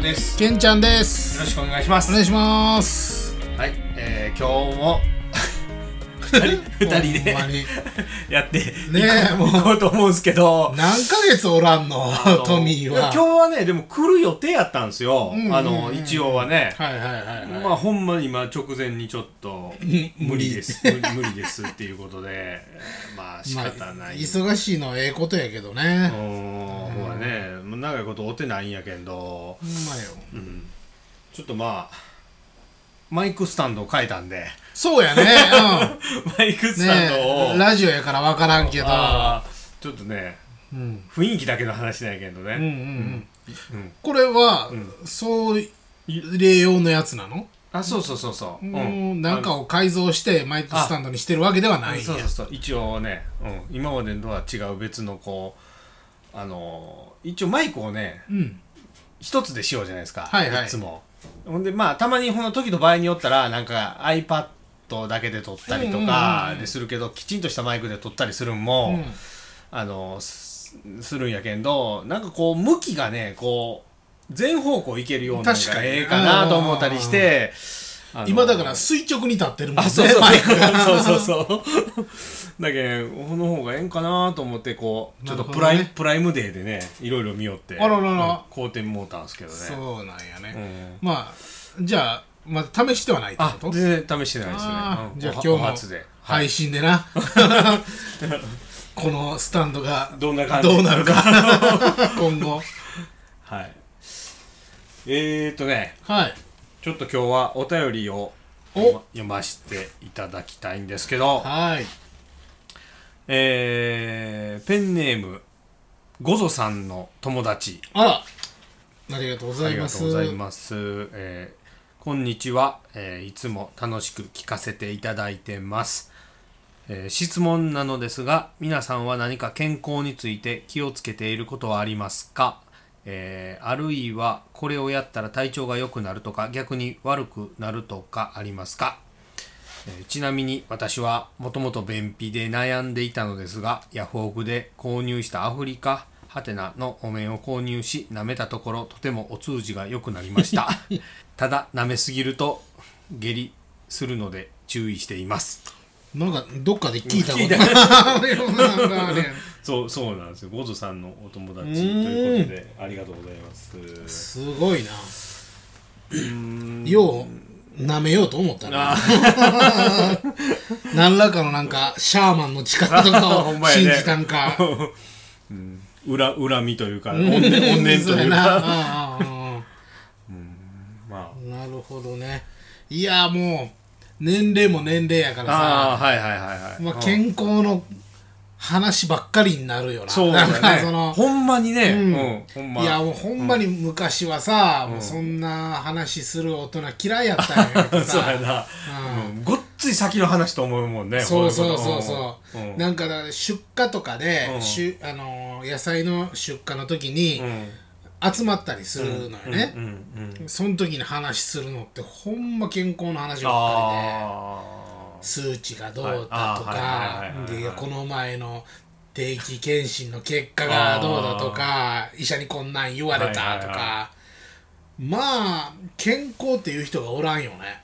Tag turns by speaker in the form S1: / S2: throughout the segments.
S1: です
S2: けんちゃんで
S1: よ
S2: す
S1: ろしくお願いします
S2: お願いします
S1: はい、えー、今日も二人 二人で
S2: ほんまに
S1: やって
S2: ねえもう
S1: 行こうと思うんですけど
S2: 何ヶ月おらんの
S1: あの
S2: トミー
S1: いや
S2: は
S1: 今日はねでも来る予定やったんですよ、
S2: うんうんうん
S1: あの一応はね、
S2: はいはいはいはい、
S1: まあほんまに今直前にちょっ と
S2: ん
S1: 無理です無理無理ですっていうことでまあ仕方
S2: まあ
S1: ない、
S2: 忙しいのはええことやけどね
S1: う、んほらねもう長いこと追ってないんやけど、
S2: ほんまよ
S1: うん、ちょっとまあマイクスタンドを変えたんで
S2: そうやね
S1: マイク
S2: うん
S1: スタンドを、
S2: ねラジオやから分からんけど、
S1: あーちょっとね
S2: うん、
S1: 雰囲気だけの話なんやけど
S2: うんうんう
S1: ね、
S2: ん
S1: うん
S2: これは、
S1: ん
S2: そう例用のやつなの、
S1: あそうそうそうそう、
S2: うん、なんかを改造してマイクスタンドにしてるわけではないんや
S1: そうそうそう一応ね、うん、今までとは違う別のこうあのー一応マイクをね
S2: うん
S1: 一つでしようじゃないですか、
S2: はいはい
S1: つもほんでまあたまにこの時と場合によったらなんか iPad だけで撮ったりと
S2: うんうんうん
S1: か
S2: うん
S1: でするけど、きちんとしたマイクで撮ったりするんも、
S2: うん
S1: あのすするんやけんどなんかこう向きがねこう全方向いけるようなの
S2: 確か
S1: が
S2: に
S1: ええかなと思ったりしてあの
S2: 今だから垂直に立ってるもんね
S1: あ そうそう
S2: マイクが
S1: そうそうそうだけどこの方がええんかなと思ってこうちょっとプライ,、
S2: なるほどね
S1: プライムデーでねいろいろ見よって
S2: あららら
S1: うん好転もうたんすけどね
S2: そうなんやね、
S1: ん、
S2: まあじゃあまあ試してはないって
S1: あ
S2: こ
S1: 全
S2: と
S1: 然試してないですね
S2: あー
S1: うん
S2: じゃ
S1: お
S2: あ今
S1: は
S2: 日も
S1: お初で、
S2: 配信でな、 このスタンドが
S1: どんな感じ
S2: どうな るか今後
S1: はいえー、っとね
S2: はい
S1: ちょっと今日はお便りを
S2: お
S1: 読ませていただきたいんですけど、
S2: はい
S1: えー、ペンネームゴゾさんの友達
S2: あらありがとうご
S1: あ
S2: ざい
S1: りが
S2: ま
S1: と
S2: す
S1: うございます、えーこんにちは、えーいつも楽しく聞かせていただいてます、えー質問なのですが皆さんは何か健康について気をつけていることはありますか、えーあるいはこれをやったら体調が良くなるとか逆に悪くなるとかありますかえーちなみに私はもともと便秘で悩んでいたのですがヤフオクで購入したアフリカハテナのお面を購入し舐めたところとてもお通じが良くなりま したただ舐めすぎると下痢するので注意しています
S2: なんかどっかで聞いたこ
S1: 聞い
S2: と
S1: た
S2: あるよなんかあれ
S1: そうそうなんですよゴゾさんのお友達
S2: ということ
S1: でありがとうございます
S2: すごいなよう舐めようと思ったな何らかのなんかシャーマンの力とか
S1: ほん
S2: を
S1: まやね
S2: 信じたんか
S1: 恨恨みというか怨念怨念と
S2: そう
S1: いう
S2: やな
S1: か
S2: あああ
S1: ま
S2: あなるほどねいやもう年齢も年齢やから
S1: ああ
S2: さ
S1: ーはいはいはいはい、
S2: まあ、健康の話ばっかりになるよな
S1: そうだ
S2: なんか
S1: ね
S2: その
S1: ほんまにね、
S2: うん
S1: うんほんま
S2: いやもうほんまに昔はさ、もうそんな話する大人嫌いやったんやけ ど
S1: そうや
S2: さ
S1: な、
S2: うん
S1: うんごっつい先の話と思うもんね
S2: そうそうそうそう、
S1: こいこと
S2: なんかだから出荷とかで、
S1: うん
S2: しゅあのー野菜の出荷の時に
S1: うん
S2: 集まったりするのよね、
S1: うんうんうんうん
S2: その時に話するのってほんま健康の話ばっかりで、
S1: あー
S2: 数値がどうだ
S1: は
S2: とか
S1: いあーはいはいはいはいはい
S2: でいやこの前の定期検診の結果がどうだとか医者にこんなん言われたとか、
S1: はいはいは
S2: まあ健康っていう人がおらんよね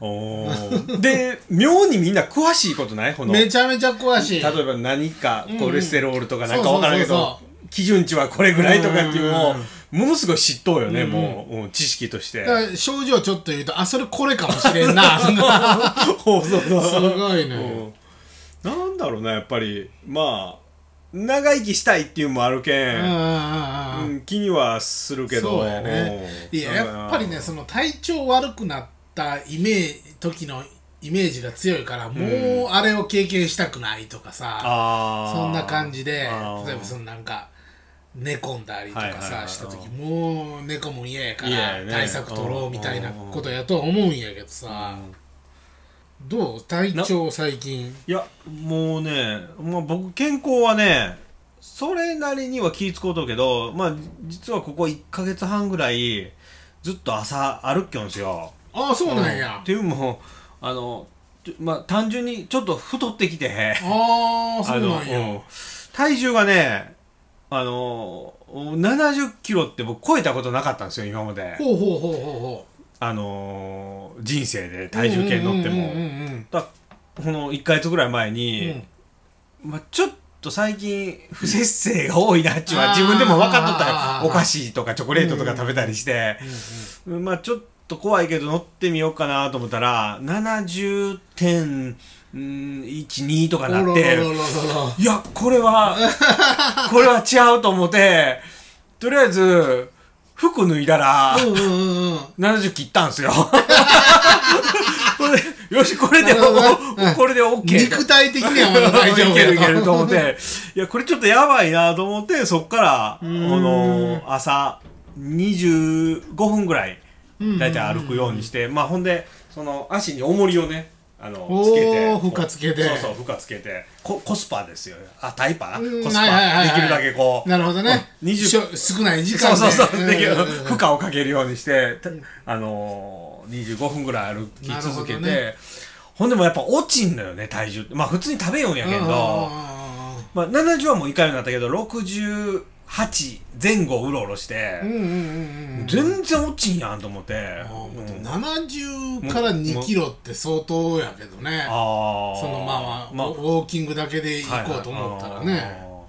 S1: おーで妙にみんな詳しいことないこの
S2: めちゃめちゃ詳しい
S1: 例えば何かコレステロールとかなんか
S2: う
S1: 分
S2: ん
S1: からんけ
S2: そう
S1: ど
S2: そうそ
S1: 基準値はこれぐらいとかっていうのを
S2: うん
S1: ものすごい知っとうよね、もううん知識として
S2: だから症状ちょっと言うとあそれこれかもしれんなそんな
S1: そうそうそう
S2: すごい
S1: う
S2: ね、
S1: んなんだろうなやっぱりまあ長生きしたいっていうのもあるけ
S2: う
S1: ん、
S2: んうんうんうん
S1: うん気にはするけど
S2: そうやねいややっぱりねその体調悪くなったイメージ時のイメージが強いから、もうあれを経験したくないとかさ
S1: あ
S2: そんな感じで例えばそ
S1: の
S2: のなんか寝込んだりとか
S1: はいはいはいは
S2: さ
S1: い
S2: した時もう寝込むん嫌やか
S1: 嫌や
S2: ら
S1: ね
S2: 対策取ろうみたいなことやとは思うんやけどさどう体調最近
S1: いやもうね、まあ、僕健康はねそれなりには気ぃ使うとうけど、まあ、実はここ1か月半ぐらいずっと朝歩っきょんすよ
S2: ああそうなんや
S1: っていうのもあの、ちょまあ、単純にちょっと太ってきて
S2: ああそ
S1: あ
S2: う
S1: の
S2: なんや
S1: うん体重がねあの70キロって僕超えたことなかったんですよ今まで
S2: ほうほうほうほうほう
S1: あの人生で体重計に乗っても、
S2: うんうんうんうん
S1: だこの1ヶ月ぐらい前
S2: うんう
S1: に
S2: ん、
S1: まあ、ちょっと最近不節制が多いなっちゅうのは自分でも分かっとった
S2: あ
S1: ら
S2: ー
S1: お菓子とかチョコレートとか食べたりして、まあちょっと怖いけど乗ってみようかなと思ったら70.12とかなって。
S2: おろろろろろろ
S1: いや、これは、 これは違うと思って、とりあえず、服脱いだら、
S2: うんうんうんうん
S1: 70切ったん すよ。これよし、これで、
S2: なるほどねうん
S1: これで OK と。
S2: 肉体的にはまだ大丈夫
S1: いけ
S2: や
S1: る
S2: ない
S1: けると思って、いや、これちょっとやばいなと思って、そっから、あ
S2: ん
S1: の、朝25分ぐらい、だいたい歩くようにして、まあ、ほんで、その、足に重りをね、あの、
S2: おー
S1: つけて。
S2: 負荷つけて
S1: そうそう、負荷つけて。ココスパですよ。あ、タイパ
S2: うん
S1: コスパ、
S2: はいはいはいはい
S1: できるだけこう。
S2: なるほどね
S1: うん20
S2: しょ少ない時
S1: そ
S2: 間
S1: う
S2: で
S1: そうそう。できる
S2: んうんうん
S1: 負荷をかけるようにして、たあのー、25分ぐらい歩き続けて、
S2: なるほどね
S1: ほんでもやっぱ落ちんのよね、体重って。まあ普通に食べようんやけど、まあ70はもういかんようになったけど、68前後うろうろして、
S2: うんうんうんうんうんうんうんうん
S1: 全然落ちんやんと思って。うん
S2: 70から2キロって相当やけどね
S1: あー
S2: そのまあまあ、ウォーキングだけで行こうと思ったら
S1: はいはいあ
S2: ね
S1: ー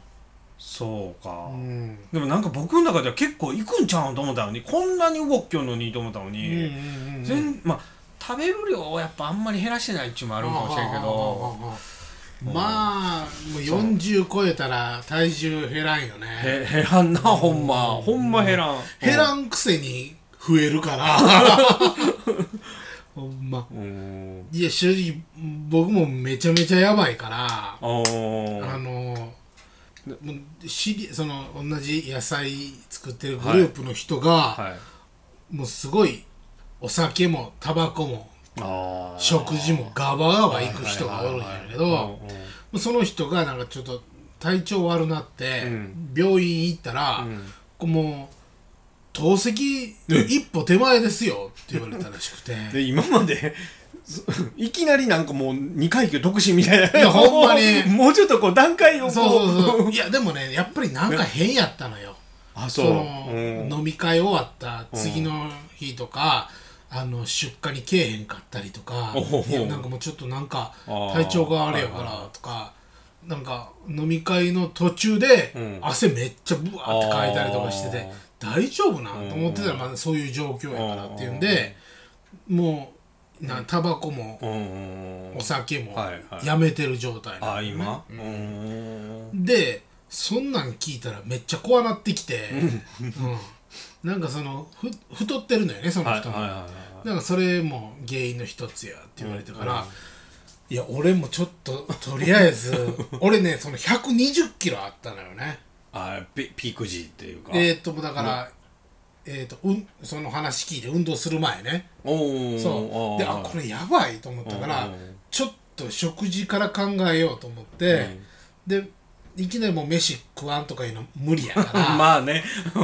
S1: そうか。
S2: うん
S1: でもなんか僕の中では結構行くんちゃうんと思ったのにこんなに動きよんのにと思ったの
S2: うんうん
S1: に、
S2: うん
S1: 全まあ食べる量をやっぱあんまり減らしてないっちゅうのもあるかもしれんけど
S2: どまあもう40超えたら体重減らんよね
S1: へ減らんなほんまほんま減らん
S2: 減ら
S1: ん
S2: んくせに増えるから ほんま
S1: うん
S2: いや正直僕もめちゃめちゃやばいから
S1: あー
S2: あのもう知りその同じ野菜作ってるグループの人が、
S1: はい
S2: もうすごいお酒もタバコも
S1: あー
S2: 食事もガバガバ行く人がおるんやけど
S1: はいはい
S2: もうその人がなんかちょっと体調悪なって、
S1: うん
S2: 病院行ったら、
S1: ん
S2: こうもう透析一歩手前ですよって言われたらしくて
S1: で今までそいきなりなんかもう二階級独身みたいない
S2: やほんまに
S1: もうちょっとこう段階をこう
S2: そうそうそう
S1: う
S2: いやでもねやっぱりなんか変やったのよ
S1: あ
S2: そ
S1: そう
S2: の、
S1: うん
S2: 飲み会終わった次の日とか、あの出荷にけえへんかったりとか
S1: おほほ
S2: いやなんかもうちょっとなんか
S1: あー
S2: 体調があれやか
S1: はいはい
S2: らとかなんか飲み会の途中で
S1: うん
S2: 汗めっちゃブワーってかいたりとかして
S1: あ
S2: て
S1: ー
S2: 大丈夫な
S1: うん
S2: と思ってたらまあそういう状況やからっていうんでもうなタバコも
S1: うんうんうん
S2: お酒も
S1: はいはい
S2: やめてる状態な
S1: あ
S2: のね
S1: 今うーん
S2: でそんなん聞いたらめっちゃ怖なってきて、うん、なんかそのふ太ってるのよねその
S1: はいはい
S2: 人も、
S1: は
S2: なんかそれも原因の一つやって言われたから、
S1: うん
S2: いや俺もちょっととりあえ ず俺ねその120キロあったのよね
S1: いはいあピピーク時っていうか
S2: えーっとだから、えーっとうんその話聞いて運動する前ね
S1: おお
S2: そうであこれやばいと思ったから、
S1: うんうん
S2: ちょっと食事から考えようと思って、でいきなりもう飯食わんとかいうの無理やから
S1: まあね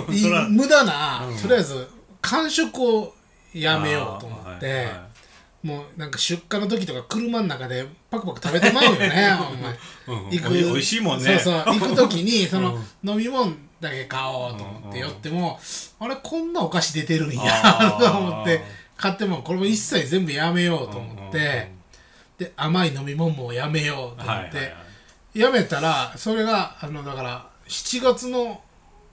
S2: い
S1: そら
S2: 無駄な、
S1: うん
S2: とりあえず完食をやめようと思っ
S1: あー
S2: て、
S1: はいは
S2: もうなんか出荷の時とか車の中でパクパク食べてまうよね お前、
S1: うんおい美味しいもんね
S2: そう そう行く時にその、飲み物だけ買おうと思って寄っても、あれこんなお菓子出てるんや
S1: あー
S2: と思って買ってもこれも一切全部やめようと思って、
S1: うんうんうん
S2: で甘い飲み物もやめようと思って、
S1: はいはいはい
S2: やめたらそれがあのだから7月の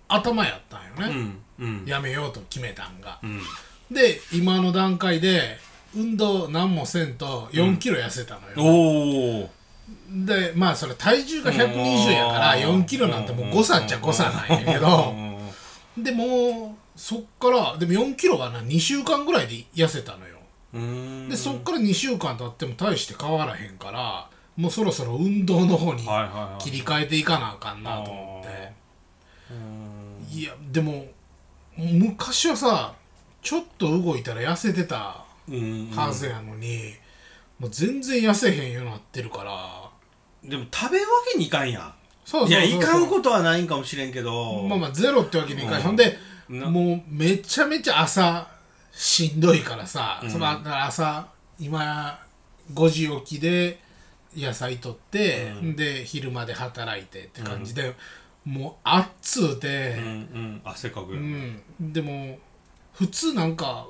S2: 頭やったんよ
S1: う
S2: ね、
S1: んうん
S2: やめようと決めたんが、
S1: うん
S2: で今の段階で運動何もせんと4キロ痩せたのよ、
S1: おお
S2: でまあそれ体重が120やから4キロなんてもう誤差っちゃ誤差なんやけどでもうそっからでも4キロはな2週間ぐらいで痩せたのよでそっから2週間経っても大して変わらへんからもうそろそろ運動の方に
S1: はいはいはい
S2: 切り替えていかなあかんなと思っていやでも昔はさちょっと動いたら痩せてたはずやのに、もう全然痩せへんようになってるから
S1: でも食べるわけにいかんやん
S2: そうそうそうそう
S1: いやいかんことはないんかもしれんけど
S2: まあまあゼロってわけにいかない、
S1: うん
S2: ほんで
S1: な
S2: もうめちゃめちゃ朝しんどいからさ、
S1: ん
S2: そのだから朝今5時起きで野菜取って、で昼まで働いてって感じで、もうあっつうて
S1: うん、うん汗かく
S2: う
S1: よね
S2: ん、でも普通なんか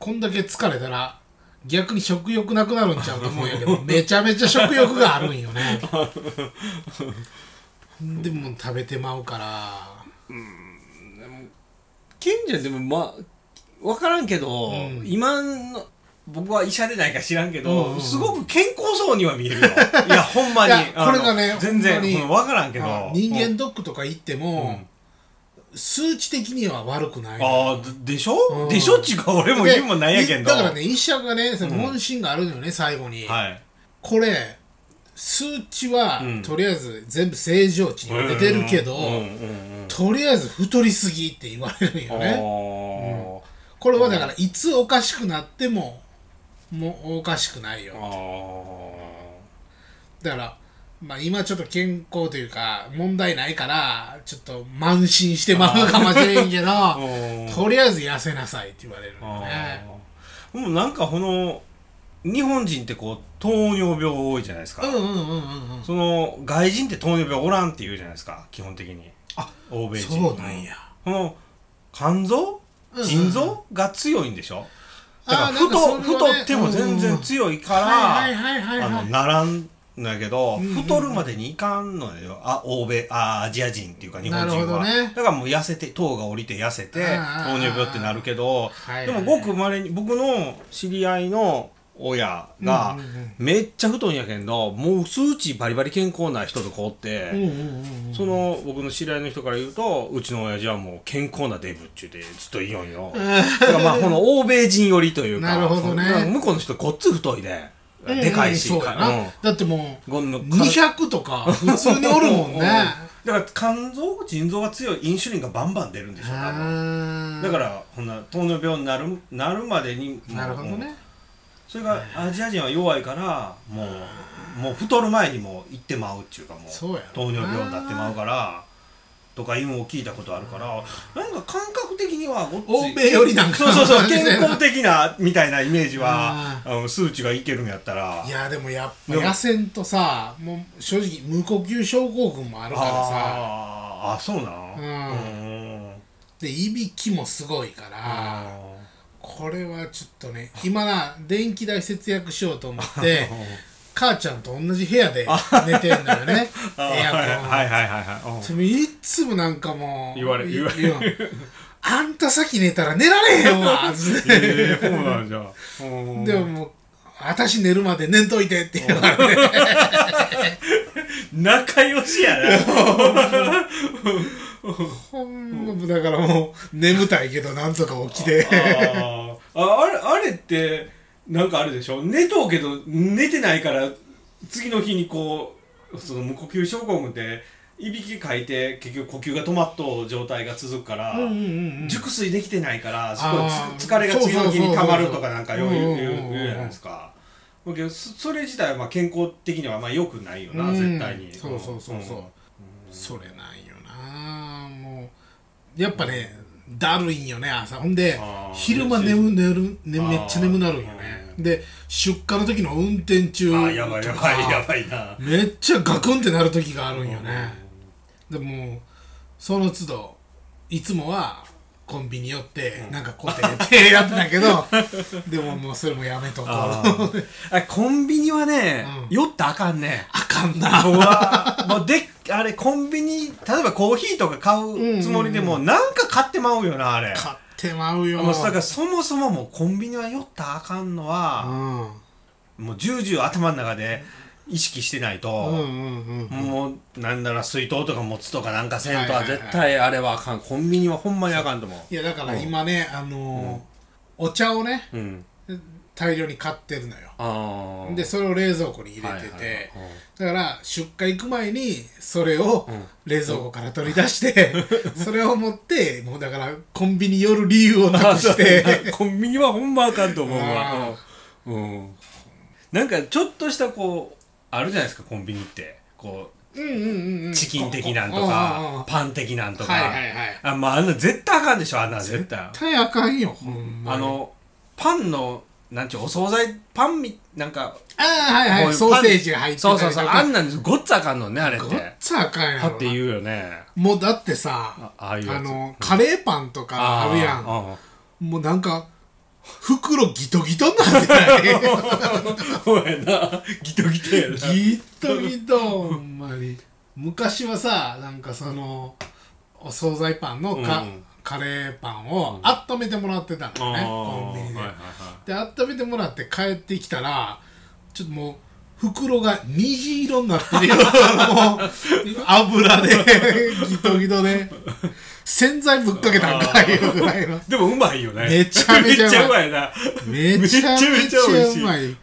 S2: こんだけ疲れたら逆に食欲なくなるんちゃうと思うんやけど めちゃめちゃ食欲があるんよねでも食べてまうから
S1: 近所でもまあ分からんけど、
S2: うん
S1: 今の僕は医者でないか知らんけど、
S2: うんうん
S1: すごく健康そうには見えるよ いやほんまに
S2: いや
S1: あの
S2: これがね
S1: 全然
S2: ほんまに
S1: うん分からんけど
S2: あ人
S1: う
S2: 間
S1: ん
S2: ドックとか行っても、数値的には悪くない
S1: ああでしょ、
S2: うん
S1: でしょっちゅうか俺も言うもんなんやけ
S2: で
S1: ど
S2: だからね医者がねそ
S1: う
S2: の
S1: ん
S2: 問診があるのよね、最後に、
S1: はい
S2: これ数値は、
S1: うん
S2: とりあえず全部正常値に出てるけど、
S1: うんうんうん
S2: とりあえず太りすぎって言われるんよね
S1: ね
S2: これはだからいつおかしくなってももうおかしくない
S1: あー
S2: よ
S1: あ
S2: だから、まあ、今ちょっと健康というか問題ないからちょっと慢心してまうかもしれ んけど
S1: ー
S2: とりあえず痩せなさいって言われるの
S1: あ
S2: ね
S1: ーでもなんかこの日本人ってこう糖尿病多いじゃないですか、
S2: うんうんうんうんうん
S1: その外人って糖尿病おらんって言うじゃないですか基本的に
S2: あ
S1: 欧米人
S2: そうなんや
S1: この肝臓
S2: うんうん
S1: 腎臓が強いんでしょだから
S2: あーなん
S1: 太
S2: かそれはね
S1: 太っても全
S2: うん
S1: 然
S2: うん
S1: 強いか
S2: はい
S1: ら
S2: はいはいはい
S1: あ
S2: は
S1: の
S2: い
S1: ならんのやけど、
S2: うんうん
S1: 太るまでにいかんのよあ欧米あーアジア人っていうか日本
S2: なる
S1: 人
S2: ほど
S1: は、
S2: ね
S1: だからもう痩せて糖が降りて痩せて
S2: あ
S1: 糖
S2: ーあー
S1: 尿病ってなるけど
S2: はい
S1: で
S2: はい
S1: もごくまれに僕の知り合いの親が
S2: うんうんうん
S1: めっちゃ太いんやけんどもう数値バリバリ健康な人とこうって、
S2: うんうんうんうん
S1: その僕の知り合いの人から言うとうちの親父はもう健康なデブっちゅうてずっと言いよんよだからまあこの欧米人寄りというか
S2: なるほどね
S1: その向こうの人ごっつ太いで、
S2: うん
S1: でかいし、
S2: そうやな、
S1: うん
S2: だってもう
S1: ごんの
S2: 200とか普通におるもん
S1: う
S2: ね
S1: だから肝臓腎臓が強いインシュリンがバンバン出るんでしょ多分だかららほんな糖尿病になるなるまでにもう
S2: なるほど
S1: うん
S2: ね
S1: それがアジア人は弱いからもうもう太る前にもう行ってまうっちゅうかもう
S2: そうやろな
S1: 糖尿病になってまうからとかいうのを聞いたことあるからなんか感覚的にはごっつい
S2: 欧米よりなんか
S1: そうそうそう
S2: 感じ
S1: 健
S2: だよな
S1: 康的なみたいなイメージはあの数値がいけるんやったら
S2: いやでもやっぱ
S1: でも
S2: 痩せんとさもう正直無呼吸症候群もあるからさ
S1: あーあそうなん
S2: うん
S1: うん
S2: でいびきもすごいからこれはちょっとね今な電気代節約しようと思っ
S1: う
S2: て
S1: ん
S2: 母ちゃんと同じ部屋で寝てんのよね
S1: あー
S2: エ
S1: は
S2: ア
S1: いはいはいはいはいうん
S2: コンでもいっつもなんかもう
S1: 言われ言われ
S2: いやあんた先寝たら寝られへ んわつって
S1: ええそうなんじゃうん
S2: でももう、私寝るまで寝んといてって言われて、
S1: 仲良しやな
S2: ほんま、だからもう、眠たいけど、なんとか起きて。
S1: あーああれあれってなんかあるでしょ寝とうけど寝てないから次の日にこうその無呼吸症候群っていびきかいて結局呼吸が止まっとう状態が続くから、
S2: うんうんうんうん
S1: 熟睡できてないからそ
S2: あ
S1: こ
S2: ー
S1: つ疲れが次の日に溜まるとかなんかよう言う
S2: そうそうそうそう
S1: 言う言うじゃないですか。だけどそそれ自体はまあ健康的にはあんまあ良くないよな、
S2: うん
S1: 絶対に
S2: そうそうそうそう。
S1: ん
S2: それなんよなもう、やっぱね、だるいんよね、朝。ほんで
S1: あ、ー
S2: 昼間眠寝る、ね、
S1: あー
S2: めっちゃ眠なるんよね。で、出荷の時の運転中
S1: あーやばいや
S2: と
S1: ば
S2: か
S1: いやばいな
S2: めっちゃガクンってなる時があるんよね。でもその都度いつもはコンビニ寄ってなんかこうやって手やってたけど でももうそれもやめとこう
S1: あ
S2: あ
S1: ーあコンビニはね、
S2: う
S1: 酔ったらあかんね
S2: かんな
S1: うわもうであれコンビニ例えばコーヒーとか買うつもりでも、なんか買ってまうよなあれ
S2: 買ってまうよ
S1: もうだからそもそももうコンビニは酔ったらあかんのは、もう重々頭の中で意識してない
S2: うんう
S1: と、
S2: んうんうん
S1: もうなんなら水筒とか持つとかなんかせんとは
S2: はいはいはい
S1: 絶対あれはあかんコンビニはほんまにあかんと思
S2: いやだから今ねあのーお茶をね
S1: ううん
S2: 大量に買ってるのよ
S1: ああ
S2: でそれを冷蔵庫に入れててだから出荷行く前にそれを
S1: うん
S2: 冷蔵庫から取り出して それを持ってもうだからコンビニ寄る理由をなくして
S1: コンビニはほんまあかんと思う
S2: あ
S1: わ、うんうんなんかちょっとしたこうあるじゃないですかコンビニってこ
S2: うんうんうんうん
S1: うチキン的なんと
S2: うんうんうん
S1: かパン的なんとか、
S2: はいはいはい
S1: あまああんな絶対あかんでしょあんな絶対
S2: 絶対あかんよほんま
S1: あ
S2: に
S1: のパンのなんちゅうお惣菜パンみなんか
S2: ああはいはい
S1: こういう
S2: ソーセージが入ってた
S1: そ
S2: り
S1: う
S2: と
S1: そう
S2: か
S1: そうあんなんごっつあかんのねあれっ
S2: ごってつあかんや
S1: はって
S2: う
S1: 言うよね
S2: もうだってさ
S1: あああいうやつ
S2: のカレーパンとかあるやん
S1: あ
S2: もうなんか袋ギトギトになってない
S1: ーほやなギトギトやな
S2: ギトギトほんまに昔はさなんかそのお惣菜パンのか、
S1: うん
S2: カレーパンを温めてもらってたんだよね、コンビニで、
S1: はいはい
S2: で温めてもらって帰ってきたらちょっともう袋が虹色になってるよもう油でギトギトで洗剤ぶっかけたんかいうぐらいの
S1: でもうまいよね
S2: めちゃめちゃうま
S1: め
S2: い
S1: うまいな
S2: めちゃめちゃ
S1: めちゃめちゃ美味し
S2: う
S1: い
S2: まい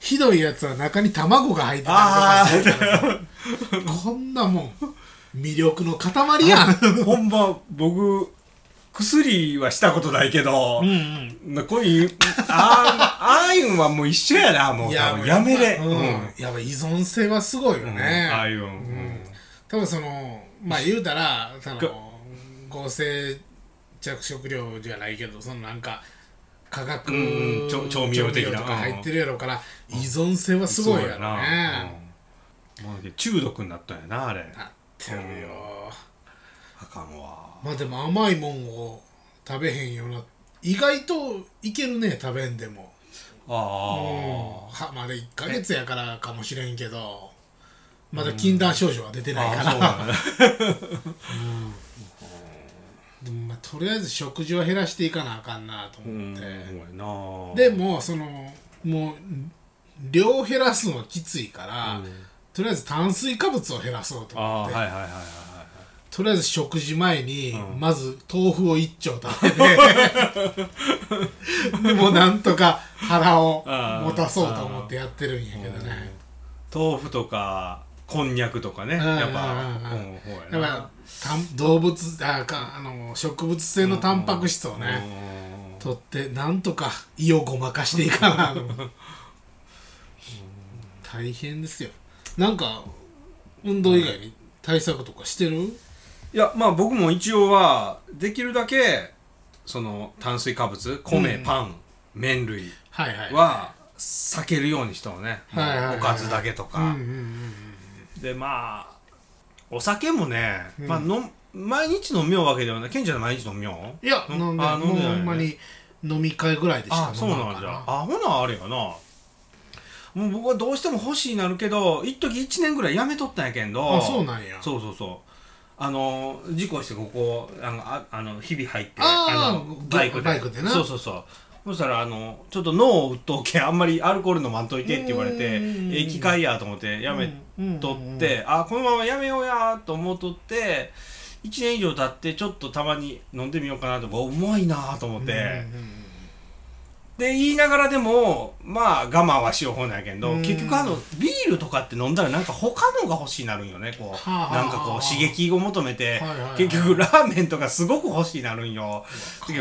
S2: ひどいやつは中に卵が入ってたりとかするからさこんなもん魅力の塊やん
S1: ほんま僕薬はしたことないけど、
S2: うんうん
S1: なこういうあーああいうんはもう一緒やなもう多分やめれ
S2: うん、やっぱ依存性はすごいよ
S1: うん
S2: ね、
S1: ああいうん、うん
S2: 多分そのまあ言うたらその合成着色料じゃないけどそのなんか化学
S1: うんうん調調味料的な
S2: とか入ってるやろうから依存性はすごいやろね
S1: そううんもうだけど中毒になったんやなあれ
S2: なってるよ
S1: あかんわ
S2: まあでも甘いもんを食べへんような意外といけるね食べんでも
S1: あ
S2: はまだ1ヶ月やからかもしれんけどまだ禁断症状は出て
S1: ー
S2: ない
S1: あ
S2: か
S1: ー
S2: ら、
S1: そうなんだ
S2: でもまあとりあえず食事は減らしていかなあかんなと
S1: うん
S2: 思って、
S1: ほんまやな
S2: でもそのもう量減らすのはきついから、
S1: うん
S2: とりあえず炭水化物を減らそうと
S1: ああ
S2: 思っ
S1: ー
S2: て、
S1: はいはいはいはいはい
S2: とりあえず食事前に、
S1: うん
S2: まず豆腐を一丁 食べてでもなんとか腹を
S1: あー
S2: 持たそうと思ってやってるんやけどね
S1: 豆腐とかこんにゃくとかね
S2: ん
S1: やっ
S2: うん
S1: ぱ
S2: うん
S1: うんほう
S2: やっ
S1: やな
S2: ぱたん動物あかあの植物性のタンパク質をね、
S1: ね
S2: 取ってなんとか胃をごまかしていかな大変ですよなんか運動以外に対策とかしてる
S1: いやまあ僕も一応はできるだけその炭水化物米、
S2: うん
S1: パン麺類
S2: はいはい
S1: は避けるようにしたのね、
S2: はいはいはいはい
S1: もうおかずだけと
S2: うんうん
S1: か、でまあお酒もね、
S2: うん
S1: まあ、の毎日飲みようわけではないケンちゃん毎日飲みよう
S2: いや
S1: う
S2: 飲んで
S1: あ
S2: もう
S1: 飲んでない
S2: ほんまに飲み会ぐらいでし
S1: あ
S2: か
S1: そう
S2: 飲ま
S1: なん
S2: か
S1: じ
S2: な
S1: ゃあほなあれやなもう僕はどうしても欲しいなるけど一時1年ぐらいやめとったんやけんど
S2: あそうなんや
S1: そうそうそうあの事故してここあのああの日々入って
S2: あー
S1: の
S2: ババイクでな
S1: そうそうそうそしたらあのちょっと脳を打っとうけんあんまりアルコール飲まんといてって言われて
S2: うんうんうんうん
S1: ええ機会やと思ってやめと
S2: うんうんう
S1: っ
S2: ん
S1: て、あこのままやめようやと思うとって1年以上経ってちょっとたまに飲んでみようかなとか重いなと思って、
S2: うんうん
S1: で言いながらでもまあ我慢はしようほうなんやけど
S2: うん
S1: 結局あのビールとかって飲んだらなんか他のが欲しいなるんよねこう
S2: はあはあ
S1: なんかこう刺激を求めて
S2: はいはいはい
S1: 結局ラーメンとかすごく欲しいなるんよ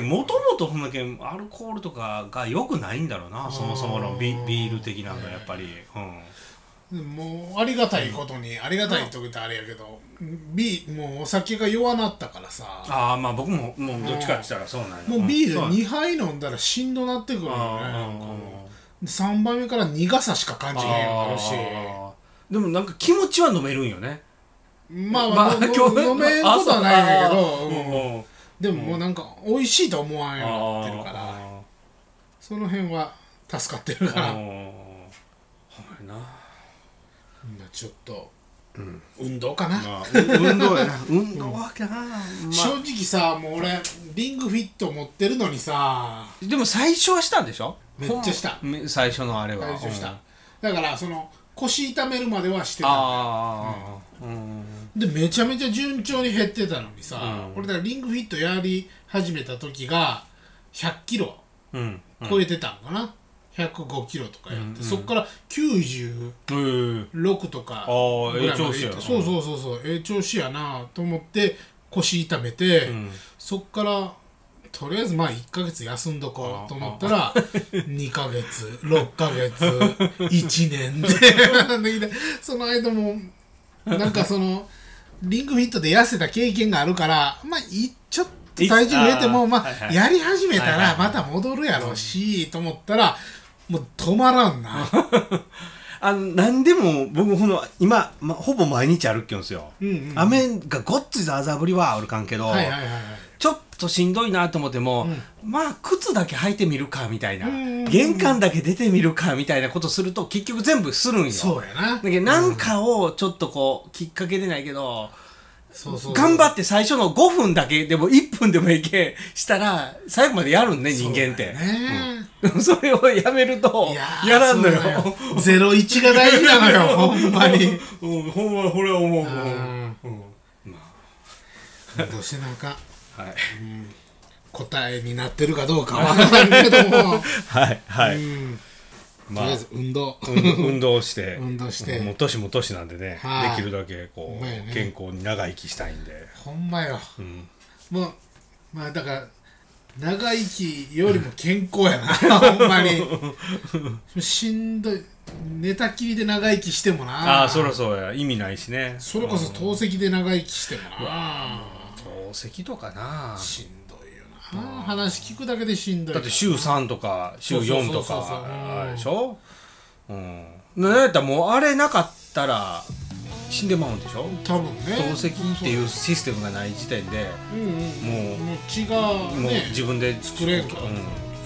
S1: もともとそんだけアルコールとかが良くないんだろうなそもそものビ
S2: うん
S1: ビール的なのがやっぱり、うん、
S2: でもうありがたいことに、ありがたいって言うとあれやけど、ビーもうお酒が弱なったからさ
S1: ああまあ僕ももうどっちかって言ったらそうなんや
S2: もうビール
S1: そう
S2: 2杯飲んだらしんどなってくるよねなんか
S1: あ
S2: もう
S1: ー
S2: 3杯目から苦さしか感じへんようになるし
S1: あーでもなんか気持ちは飲めるんよね
S2: まあ、
S1: まあ
S2: の
S1: 今日
S2: 飲めんことはないんやけ
S1: あ
S2: ど、
S1: そう
S2: うん
S1: うん
S2: でももうなんか美味しいと思わんようになってるから
S1: あ
S2: その辺は助かってる
S1: ー
S2: から、
S1: あー
S2: み
S1: ほんまやな、
S2: んなちょっと
S1: うん
S2: 運動かな、
S1: まあ、 運動やな運動はかな、ま
S2: 正
S1: あ、
S2: 直さもう俺リングフィット持ってるのにさ
S1: でも最初はしたんでしょ
S2: めっちゃした
S1: ほんまめ最初のあれは
S2: 大丈夫し
S1: うん
S2: た、だからその腰痛めるまではしてた
S1: ああうん
S2: でめちゃめちゃ順調に減ってたのにさ、
S1: うん
S2: 俺だからリングフィットやり始めた時が100キロ
S1: うん
S2: 超えてたんかな、105キロとかやって、
S1: うんうん
S2: そっから90
S1: うん
S2: 6とか
S1: あー
S2: ぐらいまで
S1: ええ調
S2: い
S1: 子
S2: っ
S1: や
S2: た
S1: な
S2: そうそうそうそうええ調子やなと思って腰痛めて、
S1: うん
S2: そっからとりあえずまあ1ヶ月休んどこうと思ったら2ヶ 月6ヶ 月1年でで その間もなんかそのリングフィットで痩せた経験があるからまあいちょっと体重増えても
S1: いつあー
S2: ま
S1: はいは
S2: あ
S1: い
S2: やり始めた
S1: はいは
S2: ら
S1: い
S2: また戻るやろうしと思ったらもう止まらんな
S3: あの何でも僕この今、ま、ほぼ毎日歩きよんですよ、
S2: うんうんうん
S3: 雨がごっついざあざぶりはおるかんけど、
S2: はいはいはいはい
S3: ちょっとしんどいなと思っても、まあ靴だけ履いてみるかみたいな、
S2: うんうんうん
S3: 玄関だけ出てみるかみたいなことすると結局全部するんよ
S2: そうやな
S3: だけどなんかをちょっとこうきっかけでないけど、
S2: そうそう
S3: 頑張
S2: っ
S3: って最初の5分だけでも1分でもいけしたら最後までやるんね人間って
S2: ね
S3: そ,、れをやめると
S2: いやー
S3: やらんのよ
S2: そうだゼロ一が大事な のよほんま に
S1: うん、ほんまこれは思う、
S2: うん
S1: うん
S2: どうしてなんかん
S1: はい
S2: 答えになってるかどうかわからんけども、
S1: はいは
S2: う
S1: い、
S2: んと
S1: ま
S2: りあ
S1: あ
S2: えず運動、
S1: 運運動して
S2: 運動して
S1: もう年も年なんでね
S2: はい
S1: できるだけこう、
S2: まあね
S1: 健康に長生きしたいんで、
S2: ほんまよ
S1: うん、
S2: もうまあだから長生きよりも健康やな ほんまにしんどい寝たきりで長生きしてもな
S1: ああそらそうや意味ないしね
S2: それこそ透析で長生きしてもな
S1: 透析とかな
S2: しんどいよな話聞くだけでしんどい
S1: だって週3とか週4と
S2: そうそうそうそう
S1: かあれでしょうんなんやったらもうあれなかったら死んでまうんでしょ
S2: 多分ね
S3: 透析っていううシステムがない時点で
S2: うんうん
S1: もう
S2: もう血が
S1: もう
S2: ね
S1: 自分で
S2: 作れんから
S1: うん
S2: で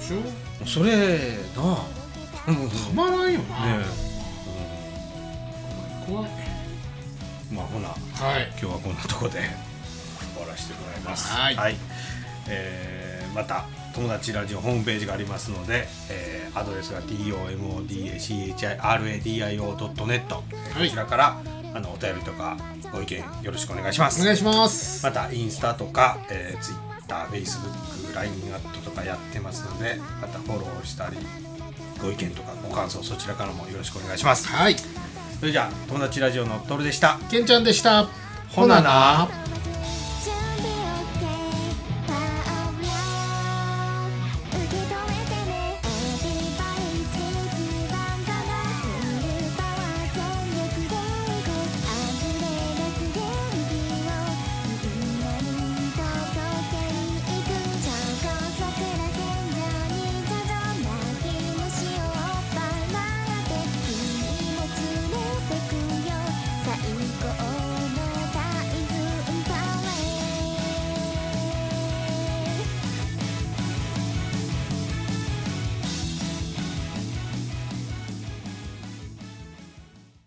S2: しょ
S3: それなあ、うん
S2: たまらんよな、
S1: ね
S2: 怖い
S1: まあほな
S2: はい
S1: 今日はこんなとこで終わらせてもらいます
S2: はい
S1: えーまた友達ラジオホームページがありますので、えーアドレスが domodachiradio.net、
S2: い
S1: こちらからあのお便りとかご意見よろしくお願いします
S2: お願いします
S1: またインスタとか、えー、ツイッター、フェイスブック、ラインアットとかやってますので、またフォローしたり、ご意見とかご感想そちらからもよろしくお願いします。
S2: はい
S1: それじゃあ友達ラジオのトールでした。
S2: けんちゃんでした
S1: ほなな
S2: ほなな